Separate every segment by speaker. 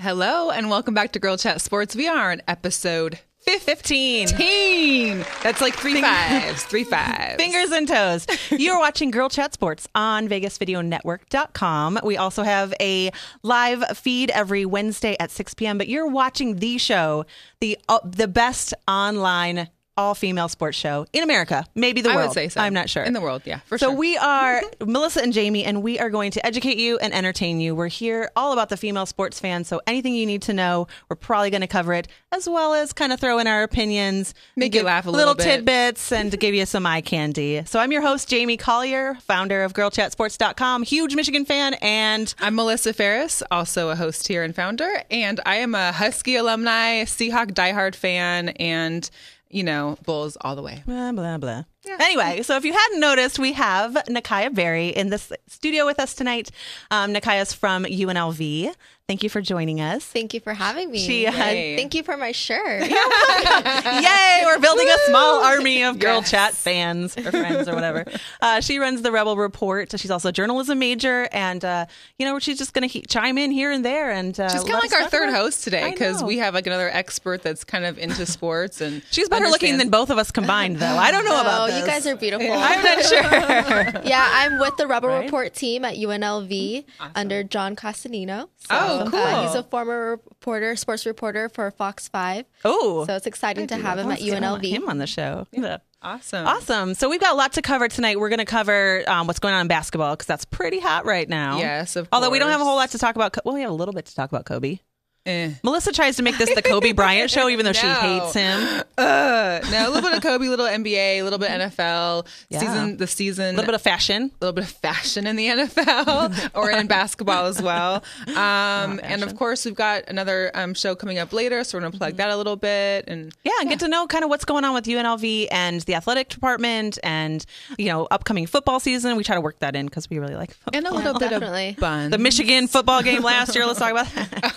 Speaker 1: Hello, and welcome back to Girl Chat Sports. We are on episode
Speaker 2: 15.
Speaker 1: 15. That's like three fives, three fives.
Speaker 2: Fingers and toes. You're watching Girl Chat Sports on VegasVideoNetwork.com. We also have a live feed every Wednesday at 6 p.m. But you're watching the show, the uh, the best online all female sports show in America, maybe the
Speaker 1: I
Speaker 2: world.
Speaker 1: would say so.
Speaker 2: I'm not sure
Speaker 1: In the world, yeah, for
Speaker 2: so
Speaker 1: sure.
Speaker 2: we are Melissa and Jamie, and we are going to educate you and entertain you. We're here all about the female sports fan, so anything you need to know, we're probably going to cover it, as well as kind of throw in our opinions,
Speaker 1: Make you
Speaker 2: give
Speaker 1: laugh a little bit.
Speaker 2: tidbits, and to give you some eye candy. So I'm your host, Jamie Collier, founder of GirlChatSports.com, huge Michigan fan, and
Speaker 1: I'm Melissa Ferris, also a host here and founder, and I am a Husky alumni, Seahawk diehard fan, and you know, Bulls all the way.
Speaker 2: blah blah blah. Anyway, so if you hadn't noticed, we have Nakaya Berry in this studio with us tonight. Um, Nakaya's from UNLV. Thank you for joining us.
Speaker 3: Thank you for having me.
Speaker 2: She has-
Speaker 3: Yay. Thank you for my shirt.
Speaker 2: Yay, we're building a small army of girl
Speaker 1: Yes.
Speaker 2: chat fans or friends or whatever. Uh, she runs the Rebel Report. She's also a journalism major, and uh, you know she's just going to he- chime in here and there. And uh,
Speaker 1: She's kind of
Speaker 2: let us
Speaker 1: like our
Speaker 2: talk
Speaker 1: third
Speaker 2: about-
Speaker 1: host today
Speaker 2: I
Speaker 1: because
Speaker 2: know.
Speaker 1: we have like another expert that's kind of into sports and
Speaker 2: She's better looking than
Speaker 1: understands-
Speaker 2: both of us combined, though. I don't know about
Speaker 3: oh,
Speaker 2: this.
Speaker 3: you guys are beautiful.
Speaker 2: I'm not sure.
Speaker 3: yeah, I'm with the Rebel Report team at UNLV under John Castanino. So, uh,
Speaker 1: Oh, cool.
Speaker 3: he's a former reporter, sports reporter for Fox 5.
Speaker 2: Oh.
Speaker 3: So it's exciting to have him at
Speaker 2: Let's get
Speaker 3: UNLV.
Speaker 2: Him on the show.
Speaker 1: Awesome.
Speaker 2: Awesome. So we've got a lot to cover tonight. We're going to cover um, what's going on in basketball because that's pretty hot right now.
Speaker 1: Yes, of
Speaker 2: Although we don't have a
Speaker 1: course.
Speaker 2: whole lot to talk about. Co- Well, we have a little bit to talk about Kobe.
Speaker 1: Eh.
Speaker 2: Melissa tries to make this the Kobe Bryant show, even though she
Speaker 1: No.
Speaker 2: hates him.
Speaker 1: Uh, no, a little bit of Kobe, a little NBA, a little bit NFL season. The season,
Speaker 2: Mm-hmm. A little bit of fashion.
Speaker 1: a little bit of fashion in the NFL or in basketball as well. Um, and of course, we've got another um, show coming up later, so we're going to
Speaker 2: Mm-hmm.
Speaker 1: plug that a little bit. And
Speaker 2: Yeah, and get to know kind of what's going on with UNLV and the athletic department and, you know, upcoming football season. We try to work that in because we really like football.
Speaker 1: and a little bit
Speaker 3: definitely.
Speaker 1: of bun.
Speaker 2: The Michigan football game last year. Let's talk about that.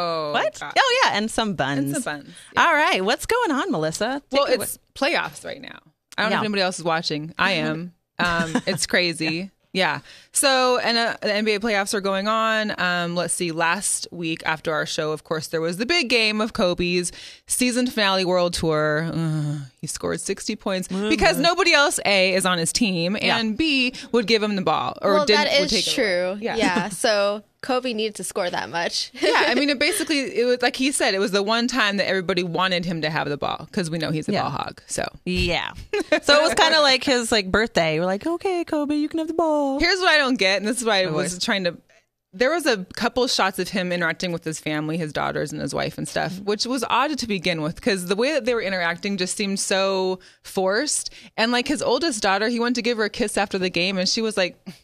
Speaker 1: oh,
Speaker 2: What?
Speaker 1: God.
Speaker 2: Oh, yeah. And some buns.
Speaker 1: It's a buns.
Speaker 2: All right. What's going on, Melissa? Take
Speaker 1: Well,
Speaker 2: it
Speaker 1: it's playoffs right now. I don't know
Speaker 2: Yeah.
Speaker 1: if anybody else is watching. I am. Um, it's crazy. yeah. So, and uh, the NBA playoffs are going on. Um, let's see. Last week after our show, of course, there was the big game of Kobe's season finale world tour. Ugh, he scored 60 points because nobody else, A, is on his team, and B, would give him the ball or
Speaker 3: Well,
Speaker 1: didn't,
Speaker 3: that
Speaker 1: would take it
Speaker 3: is
Speaker 1: away.
Speaker 3: true.
Speaker 1: Yeah.
Speaker 3: Yeah. So Kobe needed to score that much.
Speaker 1: yeah, I mean, it basically, it was like he said, it was the one time that everybody wanted him to have the ball because we know he's a
Speaker 2: Yeah.
Speaker 1: ball hog. So,
Speaker 2: Yeah. So it was kind of like his like birthday. We're like, okay, Kobe, you can have the ball.
Speaker 1: Here's what I don't get, and this is why I
Speaker 2: Oh,
Speaker 1: was trying to. There was a couple shots of him interacting with his family, his daughters, and his wife and stuff,
Speaker 2: Mm-hmm.
Speaker 1: which was odd to begin with because the way that they were interacting just seemed so forced. And like his oldest daughter, he went to give her a kiss after the game, and she was like,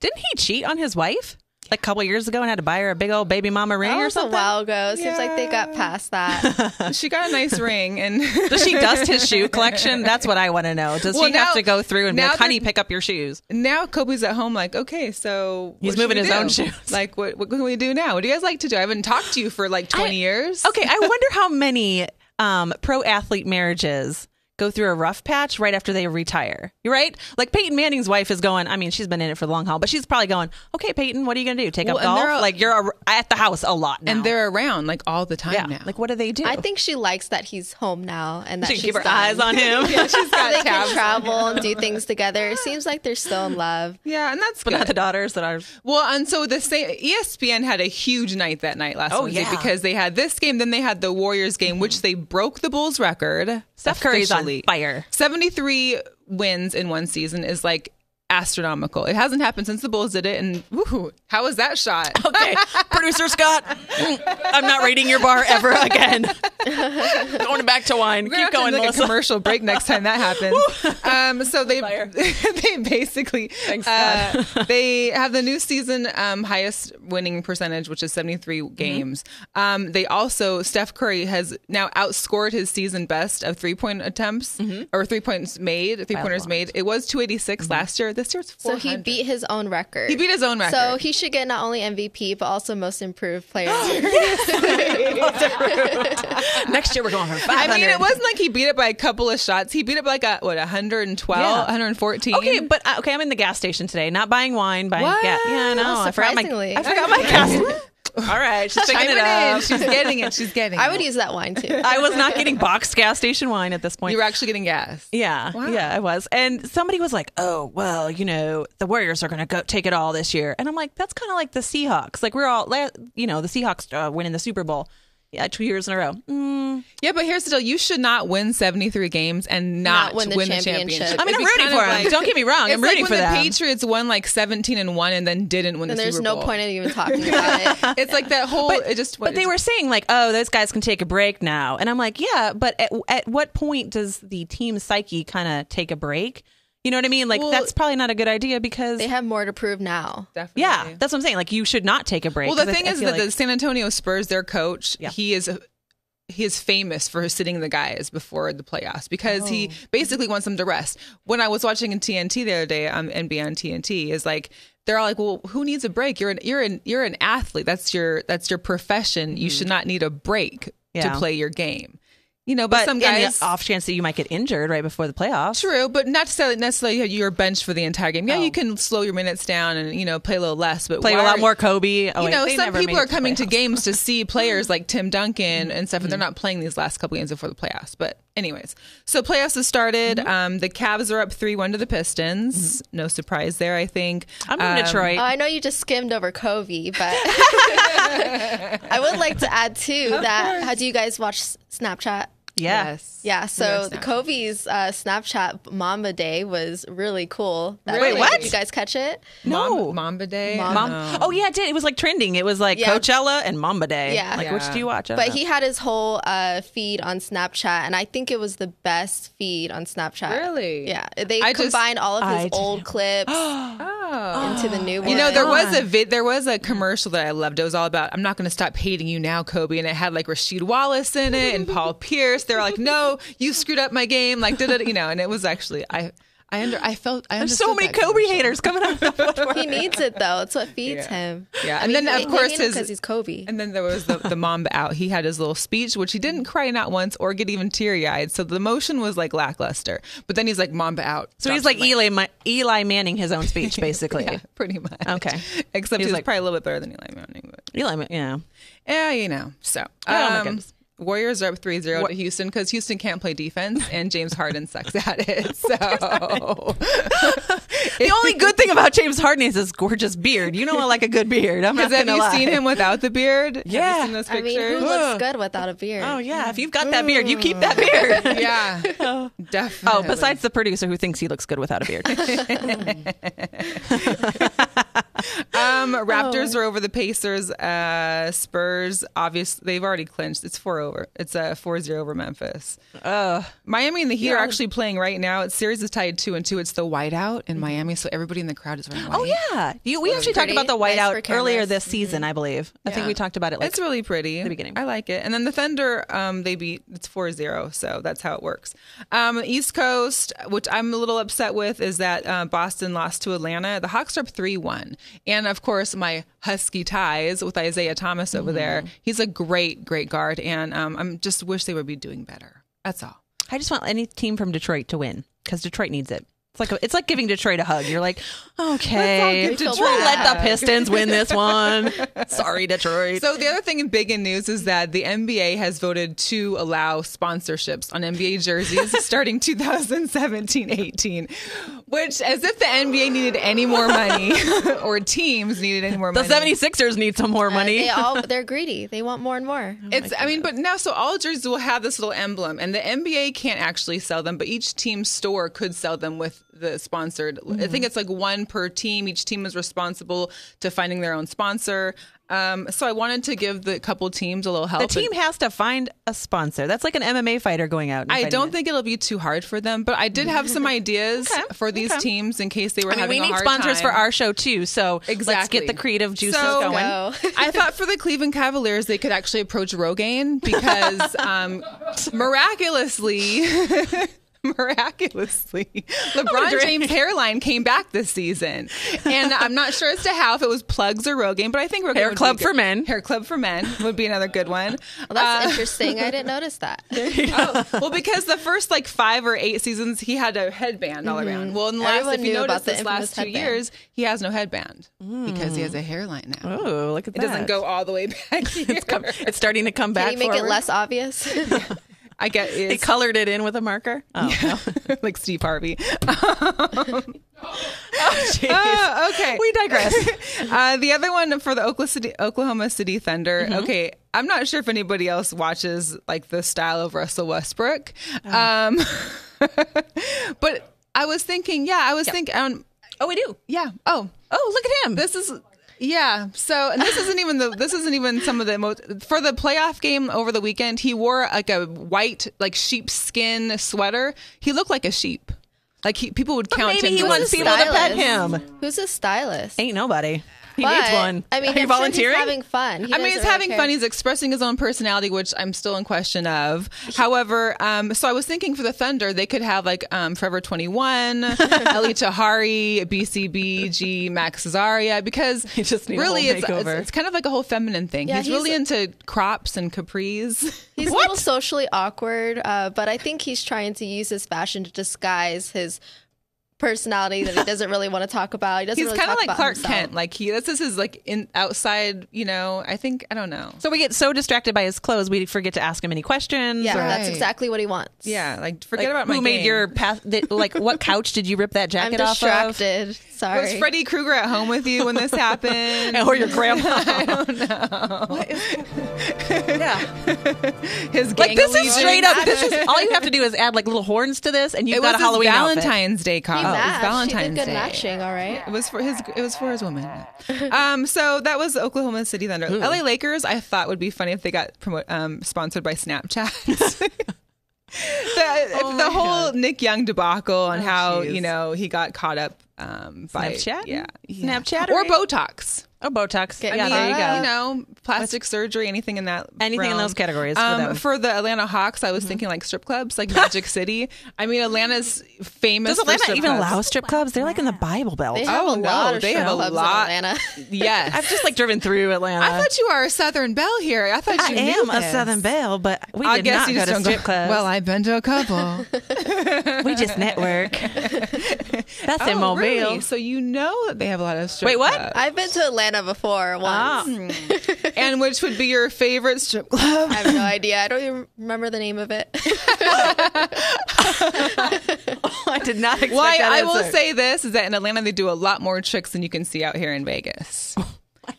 Speaker 2: Didn't he cheat on his wife like a couple years ago and had to buy her a big old baby mama ring
Speaker 3: That
Speaker 2: or
Speaker 3: was a
Speaker 2: something?
Speaker 3: while ago. Seems like they got past that.
Speaker 1: "She got a nice ring." And
Speaker 2: Does she dust his shoe collection? That's what I want to know. Does
Speaker 1: Well,
Speaker 2: he have
Speaker 1: now-
Speaker 2: to go through and be
Speaker 1: now
Speaker 2: like, honey,
Speaker 1: they're-
Speaker 2: pick up your shoes?
Speaker 1: now Kobe's at home, like, okay, so
Speaker 2: He's
Speaker 1: what should
Speaker 2: moving
Speaker 1: we do?
Speaker 2: his own shoes.
Speaker 1: Like, what, what can we do now? What do you guys like to do? I haven't talked to you for like twenty years.
Speaker 2: Okay, I wonder how many um, pro athlete marriages go through a rough patch right after they retire. You're right. Like Peyton Manning's wife is going. I mean, she's been in it for the long haul, but she's probably going. Okay, Peyton, what are you going to do? Take
Speaker 1: Well,
Speaker 2: up
Speaker 1: and
Speaker 2: golf?
Speaker 1: they're a-
Speaker 2: like you're a, at the house a lot now.
Speaker 1: and they're around like all the time
Speaker 2: yeah.
Speaker 1: now.
Speaker 2: Like what do they do?
Speaker 3: I think she likes that he's home now and that
Speaker 2: she
Speaker 3: she's
Speaker 2: can keep her
Speaker 3: done.
Speaker 2: eyes on him.
Speaker 1: she's got
Speaker 3: they
Speaker 1: tabs
Speaker 3: can
Speaker 1: on
Speaker 3: travel and do things together. It seems like they're still in love.
Speaker 1: yeah, and that's
Speaker 2: but
Speaker 1: good.
Speaker 2: not the daughters that are.
Speaker 1: Well, and so the E same ESPN had a huge night that night last
Speaker 2: Oh,
Speaker 1: Wednesday
Speaker 2: yeah.
Speaker 1: because they had this game, then they had the Warriors game, which they broke the Bulls record.
Speaker 2: Steph Curry's on
Speaker 1: officially.
Speaker 2: fire.
Speaker 1: Seventy-three wins in one season is like astronomical. It hasn't happened since the Bulls did it, and woohoo, how was that shot?
Speaker 2: Okay, producer Scott, I'm not raiding your bar ever again. going back to wine.
Speaker 1: We're gonna
Speaker 2: Keep
Speaker 1: have to
Speaker 2: going,
Speaker 1: make
Speaker 2: Melissa.
Speaker 1: a commercial break next time that happens. um, so they they basically uh, they have the new season um, highest winning percentage, which is seventy three
Speaker 2: Mm-hmm.
Speaker 1: games. Um, they also Steph Curry has now outscored his season best of three point attempts
Speaker 2: Mm-hmm.
Speaker 1: or three points made, three pointers made. It was two last year. This year's
Speaker 3: So
Speaker 1: four
Speaker 3: he
Speaker 1: hundred.
Speaker 3: beat his own record.
Speaker 1: He beat his own record. Oh,
Speaker 3: So he should get not only MVP but also most improved player.
Speaker 2: Next year we're going for 500.
Speaker 1: I mean, it wasn't like he beat it by a couple of shots. He beat it by like a what, 112,
Speaker 2: Yeah.
Speaker 1: 114.
Speaker 2: Okay, but uh, okay, I'm in the gas station today, not buying wine, buying
Speaker 1: What?
Speaker 2: gas. Yeah, no,
Speaker 3: Oh,
Speaker 2: I forgot my,
Speaker 3: surprisingly.
Speaker 2: I forgot my gas. All right, she's picking
Speaker 1: Chiming
Speaker 2: it up.
Speaker 1: in. She's getting it. She's getting it.
Speaker 3: I would use that wine too.
Speaker 2: I was not getting box gas station wine at this point.
Speaker 1: You were actually getting gas.
Speaker 2: Yeah,
Speaker 1: Wow.
Speaker 2: yeah, I was. And somebody was like, "Oh, well, you know, the Warriors are going to go take it all this year." And I'm like, "That's kind of like the Seahawks. Like we're all, la- you know, the Seahawks uh, winning the Super Bowl, yeah, two years in a row. Mm.
Speaker 1: Yeah, but here's the deal: you should not win 73 games and not,
Speaker 3: win the championship.
Speaker 2: I mean,
Speaker 1: It'd
Speaker 2: I'm
Speaker 1: be
Speaker 2: rooting
Speaker 1: kind of
Speaker 2: for 'em.
Speaker 1: like-
Speaker 2: Don't get me wrong,
Speaker 1: It's
Speaker 2: I'm
Speaker 1: like
Speaker 2: rooting
Speaker 1: when
Speaker 2: for
Speaker 1: the
Speaker 2: them.
Speaker 1: Patriots won like 17 and one, and then didn't win.
Speaker 3: And
Speaker 1: the
Speaker 3: there's
Speaker 1: Super
Speaker 3: no
Speaker 1: Bowl.
Speaker 3: point in even talking about it.
Speaker 1: It's like that whole.
Speaker 2: But
Speaker 1: it just.
Speaker 2: but they were saying like, "Oh, those guys can take a break now," and I'm like, "Yeah, but at, at what point does the team psyche kind of take a break? You know what I mean? Like
Speaker 1: Well-
Speaker 2: that's probably not a good idea because."
Speaker 3: They have more to prove now.
Speaker 1: definitely.
Speaker 2: yeah, that's what I'm saying. Like, you should not take a break.
Speaker 1: Well, the
Speaker 2: 'cause I-
Speaker 1: thing
Speaker 2: I
Speaker 1: is
Speaker 2: feel
Speaker 1: that
Speaker 2: like-
Speaker 1: the San Antonio Spurs, their coach,
Speaker 2: Yeah.
Speaker 1: he is he is famous for sitting the guys before the playoffs because he
Speaker 2: Oh.
Speaker 1: basically wants them to rest. When I was watching in TNT the other day, um, NBA on TNT is like they're all like, well, who needs a break? You're an you're an you're an athlete. That's your that's your profession. You should not need a break
Speaker 2: Mm-hmm. Yeah.
Speaker 1: to play your game. You know, but, some
Speaker 2: in the
Speaker 1: guys
Speaker 2: off chance that you might get injured right before the playoffs.
Speaker 1: True, but not necessarily necessarily you're benched for the entire game. Yeah, you can slow your minutes down and you know play a little less, but
Speaker 2: Played
Speaker 1: why
Speaker 2: Oh. a lot
Speaker 1: are-
Speaker 2: more Kobe. Oh,
Speaker 1: you
Speaker 2: wait,
Speaker 1: know,
Speaker 2: they
Speaker 1: some
Speaker 2: never
Speaker 1: people
Speaker 2: made
Speaker 1: are
Speaker 2: it the
Speaker 1: coming to
Speaker 2: playoffs.
Speaker 1: games to see players like Tim Duncan and stuff, and they're not playing these last couple games before the playoffs. But, anyways, so playoffs have started.
Speaker 2: Mm-hmm.
Speaker 1: Um, the Cavs are up 3 1 to the Pistons. No surprise there, I think.
Speaker 2: I'm from
Speaker 1: Um,
Speaker 2: Detroit.
Speaker 3: Oh, I know you just skimmed over Covey, but I would like to add too that how do you guys watch S- Snapchat?
Speaker 2: yeah.
Speaker 3: Yeah, so
Speaker 1: Yeah,
Speaker 3: the
Speaker 1: Snapchat.
Speaker 3: Covey's uh, Snapchat Mama Day was really cool. That-
Speaker 1: Really?
Speaker 3: Did
Speaker 2: What?
Speaker 3: You guys catch it?
Speaker 2: No.
Speaker 1: Mom, Mamba Day.
Speaker 3: Mom-
Speaker 2: Mom.
Speaker 1: No.
Speaker 2: Oh yeah, it did. It was like trending. It was like
Speaker 3: Yeah.
Speaker 2: Coachella and Mamba Day.
Speaker 3: Yeah.
Speaker 2: Like
Speaker 1: Yeah.
Speaker 2: which do you watch? I don't
Speaker 3: But
Speaker 2: know.
Speaker 3: he had his whole uh, feed on Snapchat, and I think it was the best feed on Snapchat.
Speaker 1: Really?
Speaker 3: Yeah. They
Speaker 1: I just-
Speaker 3: combined all of
Speaker 2: I
Speaker 3: his
Speaker 2: didn't-
Speaker 3: old clips
Speaker 1: Oh.
Speaker 3: into the new one.
Speaker 1: You know, there was a
Speaker 2: God.
Speaker 1: vid, there was a commercial that I loved. It was all about I'm not going to stop hating you now, Kobe, and it had like Rasheed Wallace in it and Paul Pierce. They're like, no, you screwed up my game, like da da, da, you know. And it was actually I I under I felt I
Speaker 2: There's so
Speaker 1: understood
Speaker 2: many
Speaker 1: that
Speaker 2: Kobe
Speaker 1: commercial.
Speaker 2: haters coming out. Of the woodwork.
Speaker 3: He needs it though. It's what feeds
Speaker 1: Yeah.
Speaker 3: him.
Speaker 1: Yeah,
Speaker 3: I
Speaker 1: and
Speaker 3: mean,
Speaker 1: then,
Speaker 3: he-
Speaker 1: of
Speaker 3: they
Speaker 1: course,
Speaker 3: hate him
Speaker 1: his-
Speaker 3: because he's Kobe.
Speaker 1: And then there was the, the mom out. He had his little speech, which he didn't cry not once or get even teary eyed. So the motion was like lackluster. But then he's like Mamba out.
Speaker 2: so he's
Speaker 1: Drops
Speaker 2: like
Speaker 1: the mic.
Speaker 2: Eli, Ma- Eli Manning his own speech basically.
Speaker 1: Yeah, pretty much.
Speaker 2: Okay.
Speaker 1: Except he
Speaker 2: He
Speaker 1: was
Speaker 2: was like-
Speaker 1: probably a little bit better than Eli Manning. But
Speaker 2: Eli, Ma- yeah.
Speaker 1: yeah, you know. So
Speaker 2: Oh, my goodness.
Speaker 1: Warriors are up 3 0 to Houston because Houston can't play defense and James Harden sucks at it. So
Speaker 2: The only good thing about James Harden is his gorgeous beard. You know, I like a good beard. I'm not
Speaker 1: have
Speaker 2: gonna
Speaker 1: you
Speaker 2: lie.
Speaker 1: seen him without the beard? Have you
Speaker 2: Yeah.
Speaker 1: seen those
Speaker 3: I mean,
Speaker 1: pictures?
Speaker 3: who looks good without a beard?
Speaker 2: Oh yeah, if you've got that beard, you keep that beard.
Speaker 1: yeah, definitely.
Speaker 2: Mm. Oh, besides the producer who thinks he looks good without a beard.
Speaker 1: Um, Raptors are over the Pacers. Uh, Spurs, obvious, they've already clinched. It's four over. It's a four zero over Memphis. Miami and the Heat are actually playing right now. It's series is tied two and two. It's the whiteout in Miami, so everybody in the crowd is wearing white.
Speaker 2: Oh yeah, you, we actually talked
Speaker 3: pretty.
Speaker 2: about the
Speaker 3: Nice for
Speaker 2: whiteout earlier
Speaker 3: cameras.
Speaker 2: this season, I believe. I think we talked about it. Like,
Speaker 1: it's really pretty. The
Speaker 2: beginning.
Speaker 1: I like it. And then the Thunder, um, they beat it's 4-0, so that's how it works. Um, East Coast, which I'm a little upset with, is that uh, Boston lost to Atlanta. The Hawks are up three one, and of course my Husky ties with Isaiah Thomas over
Speaker 2: Mm.
Speaker 1: there. He's a great, great guard, and um, I'm just wish they would be doing better. That's all.
Speaker 2: I just want any team from Detroit to win because Detroit needs it. It's like it's like giving Detroit a hug. You're like, okay,
Speaker 1: Let's all give
Speaker 2: we'll
Speaker 1: Detroit a
Speaker 2: let the
Speaker 1: hug.
Speaker 2: Pistons win this one. Sorry, Detroit.
Speaker 1: So the other thing big in news is that the NBA has voted to allow sponsorships on NBA jerseys starting 2017-18, which as if the NBA needed any more money or teams needed any more
Speaker 2: the
Speaker 1: money.
Speaker 2: 76ers need some more
Speaker 3: Uh,
Speaker 2: money.
Speaker 3: they all they're greedy. They want more and more.
Speaker 1: It's I mean, but now so all jerseys will have this little emblem, and the NBA can't actually sell them, but each team store could sell them with the sponsored. I
Speaker 2: Mm-hmm.
Speaker 1: think it's like one per team. Each team is responsible to finding their own sponsor. Um, so I wanted to give the couple teams a little help.
Speaker 2: the team has to find a sponsor. That's like an MMA fighter going out. and
Speaker 1: I
Speaker 2: fighting
Speaker 1: don't
Speaker 2: it.
Speaker 1: think it'll be too hard for them, but I did have some ideas for these teams in case they were
Speaker 2: I mean,
Speaker 1: having
Speaker 2: we
Speaker 1: a
Speaker 2: need
Speaker 1: hard
Speaker 2: sponsors
Speaker 1: time.
Speaker 2: for our show too. So
Speaker 1: Exactly.
Speaker 2: let's get the creative juices
Speaker 1: So-
Speaker 2: going.
Speaker 3: Go.
Speaker 1: I thought for the Cleveland Cavaliers they could actually approach Rogaine because um, miraculously miraculously, LeBron James' hairline came back this season, and I'm not sure as to how if it was plugs or Rogaine, but I think Rogaine
Speaker 2: Hair
Speaker 1: would be
Speaker 2: Club
Speaker 1: good.
Speaker 2: for Men.
Speaker 1: Hair Club for Men would be another good one.
Speaker 3: Well,
Speaker 1: Uh.
Speaker 3: that's interesting. I didn't notice that.
Speaker 1: Oh, well, because the first like five or eight seasons, he had a headband all around. Well, in the last,
Speaker 3: Everyone
Speaker 1: if you
Speaker 3: knew about
Speaker 1: notice,
Speaker 3: the
Speaker 1: this last
Speaker 3: infamous
Speaker 1: two
Speaker 3: headband.
Speaker 1: years, he has no headband because he has a hairline now.
Speaker 2: Oh, look at
Speaker 1: It
Speaker 2: that.
Speaker 1: doesn't go all the way back here.
Speaker 2: It's, come, it's starting to come back.
Speaker 3: Can you make it
Speaker 2: forward.
Speaker 3: less obvious?
Speaker 1: I get
Speaker 2: They
Speaker 1: it's
Speaker 2: colored it in with a marker. Oh, no.
Speaker 1: like Steve Harvey.
Speaker 2: Jeez.
Speaker 1: Uh, okay,
Speaker 2: We digress.
Speaker 1: uh, the other one for the Oklahoma City, Oklahoma City Thunder. Okay, I'm not sure if anybody else watches like the style of Russell Westbrook, um, but I was thinking, yeah, I was thinking, um,
Speaker 2: oh, we do.
Speaker 1: yeah, oh,
Speaker 2: Oh, look at him.
Speaker 1: this is. Yeah, so and this isn't even the this isn't even some of the most for the playoff game over the weekend. He wore like a white like sheepskin sweater. He looked like a sheep. Like he, people would count
Speaker 2: maybe
Speaker 1: him.
Speaker 2: he
Speaker 1: to-
Speaker 2: wants
Speaker 3: a
Speaker 2: people to pet
Speaker 3: stylist?
Speaker 2: him.
Speaker 3: Who's a stylist?
Speaker 2: Ain't nobody. He
Speaker 3: But,
Speaker 2: needs one.
Speaker 3: I
Speaker 2: Are you
Speaker 3: mean, I'm sure he's
Speaker 2: volunteering?
Speaker 3: having fun. He
Speaker 1: I mean,
Speaker 3: doesn't
Speaker 1: he's
Speaker 3: really
Speaker 1: having
Speaker 3: care.
Speaker 1: fun. He's expressing his own personality, which I'm still in question of. However, um, so I was thinking for the Thunder, they could have like um, Forever 21, Ellie Tahari, BCBG, Max Cesaria, because
Speaker 2: You just need a
Speaker 1: really
Speaker 2: whole
Speaker 1: it's, it's
Speaker 2: makeover.
Speaker 1: it's kind of like a whole feminine thing.
Speaker 3: Yeah,
Speaker 1: he's,
Speaker 3: he's-
Speaker 1: really into crops and capris.
Speaker 3: He's a little socially awkward, uh, but I think he's trying to use his fashion to disguise his personality that he doesn't really want to talk about. He doesn't
Speaker 1: He's
Speaker 3: really
Speaker 1: kind
Speaker 3: talk
Speaker 1: of like
Speaker 3: about
Speaker 1: Clark
Speaker 3: himself.
Speaker 1: Kent. Like he, this is his like in outside. You know, I think I don't know.
Speaker 2: so we get so distracted by his clothes, we forget to ask him any questions.
Speaker 3: Yeah,
Speaker 2: or-
Speaker 3: that's
Speaker 1: Right.
Speaker 3: exactly what he wants.
Speaker 1: Yeah, like forget
Speaker 2: Like,
Speaker 1: about my
Speaker 2: who made
Speaker 1: game.
Speaker 2: your path? That, like, what couch did you rip that
Speaker 3: I'm
Speaker 2: jacket off of?
Speaker 3: distracted. Sorry.
Speaker 1: was Freddy Krueger at home with you when this happened?
Speaker 2: Or your grandma? I don't know. yeah.
Speaker 1: His
Speaker 2: Like
Speaker 1: gang
Speaker 2: this is
Speaker 1: allegiance.
Speaker 2: straight up. This is all you have to do is add like little horns to this, and you've
Speaker 1: It
Speaker 2: got
Speaker 1: was
Speaker 2: a Halloween
Speaker 1: his
Speaker 2: outfit.
Speaker 1: Valentine's Day cop.
Speaker 3: He
Speaker 1: It was
Speaker 3: matched.
Speaker 1: Oh, Valentine's
Speaker 3: she did good
Speaker 1: Day.
Speaker 3: matching, all right?
Speaker 1: It was for his. It was for his woman. Um. So that was Oklahoma City Thunder. LA Lakers. I thought would be funny if they got promo- um, sponsored by Snapchat. the
Speaker 3: Oh
Speaker 1: the whole Nick Young debacle and how
Speaker 2: jeez.
Speaker 1: you know he got caught up. Um, by
Speaker 2: Snapchat?
Speaker 1: yeah, yeah.
Speaker 2: Snapchat
Speaker 1: or
Speaker 2: or-
Speaker 1: Botox.
Speaker 2: Oh, Botox.
Speaker 3: Get
Speaker 2: yeah,
Speaker 3: me
Speaker 2: there you
Speaker 3: out
Speaker 2: go.
Speaker 3: of-
Speaker 1: You know, plastic surgery, anything in that,
Speaker 2: Anything in
Speaker 1: realm.
Speaker 2: those categories for
Speaker 1: Um,
Speaker 2: them. Mm-hmm.
Speaker 1: for the Atlanta Hawks, I was thinking like strip clubs, like Magic City. I mean, Alana's famous.
Speaker 2: Does
Speaker 1: for
Speaker 2: Atlanta
Speaker 1: strip
Speaker 2: even
Speaker 1: clubs.
Speaker 2: allow strip clubs? They're like in the Bible Belt.
Speaker 3: They have
Speaker 1: Oh,
Speaker 3: a
Speaker 1: no,
Speaker 3: lot of
Speaker 1: they
Speaker 3: strip
Speaker 1: have a
Speaker 3: clubs
Speaker 1: lot.
Speaker 3: in Atlanta.
Speaker 1: Yes,
Speaker 2: I've just like driven through Atlanta.
Speaker 1: I thought you were a Southern Belle here. I thought
Speaker 2: I
Speaker 1: you
Speaker 2: am
Speaker 1: knew
Speaker 2: a
Speaker 1: this.
Speaker 2: Southern Belle, but we
Speaker 1: I
Speaker 2: did
Speaker 1: guess
Speaker 2: not
Speaker 1: you
Speaker 2: go
Speaker 1: just
Speaker 2: to
Speaker 1: don't
Speaker 2: strip
Speaker 1: go-
Speaker 2: clubs.
Speaker 1: Well, I've been to a couple.
Speaker 2: we just network. That's in
Speaker 3: Oh,
Speaker 2: Mobile.
Speaker 1: Oh, really? So you know that they have a lot of strip.
Speaker 2: Wait, what?
Speaker 1: clubs.
Speaker 3: I've been to Atlanta before once.
Speaker 2: Ah.
Speaker 1: and which would be your favorite strip club?
Speaker 3: I have no idea. I don't even remember the name of it.
Speaker 2: I did not expect
Speaker 1: Why
Speaker 2: that
Speaker 1: I will
Speaker 2: answer.
Speaker 1: say this is that in Atlanta they do a lot more tricks than you can see out here in Vegas.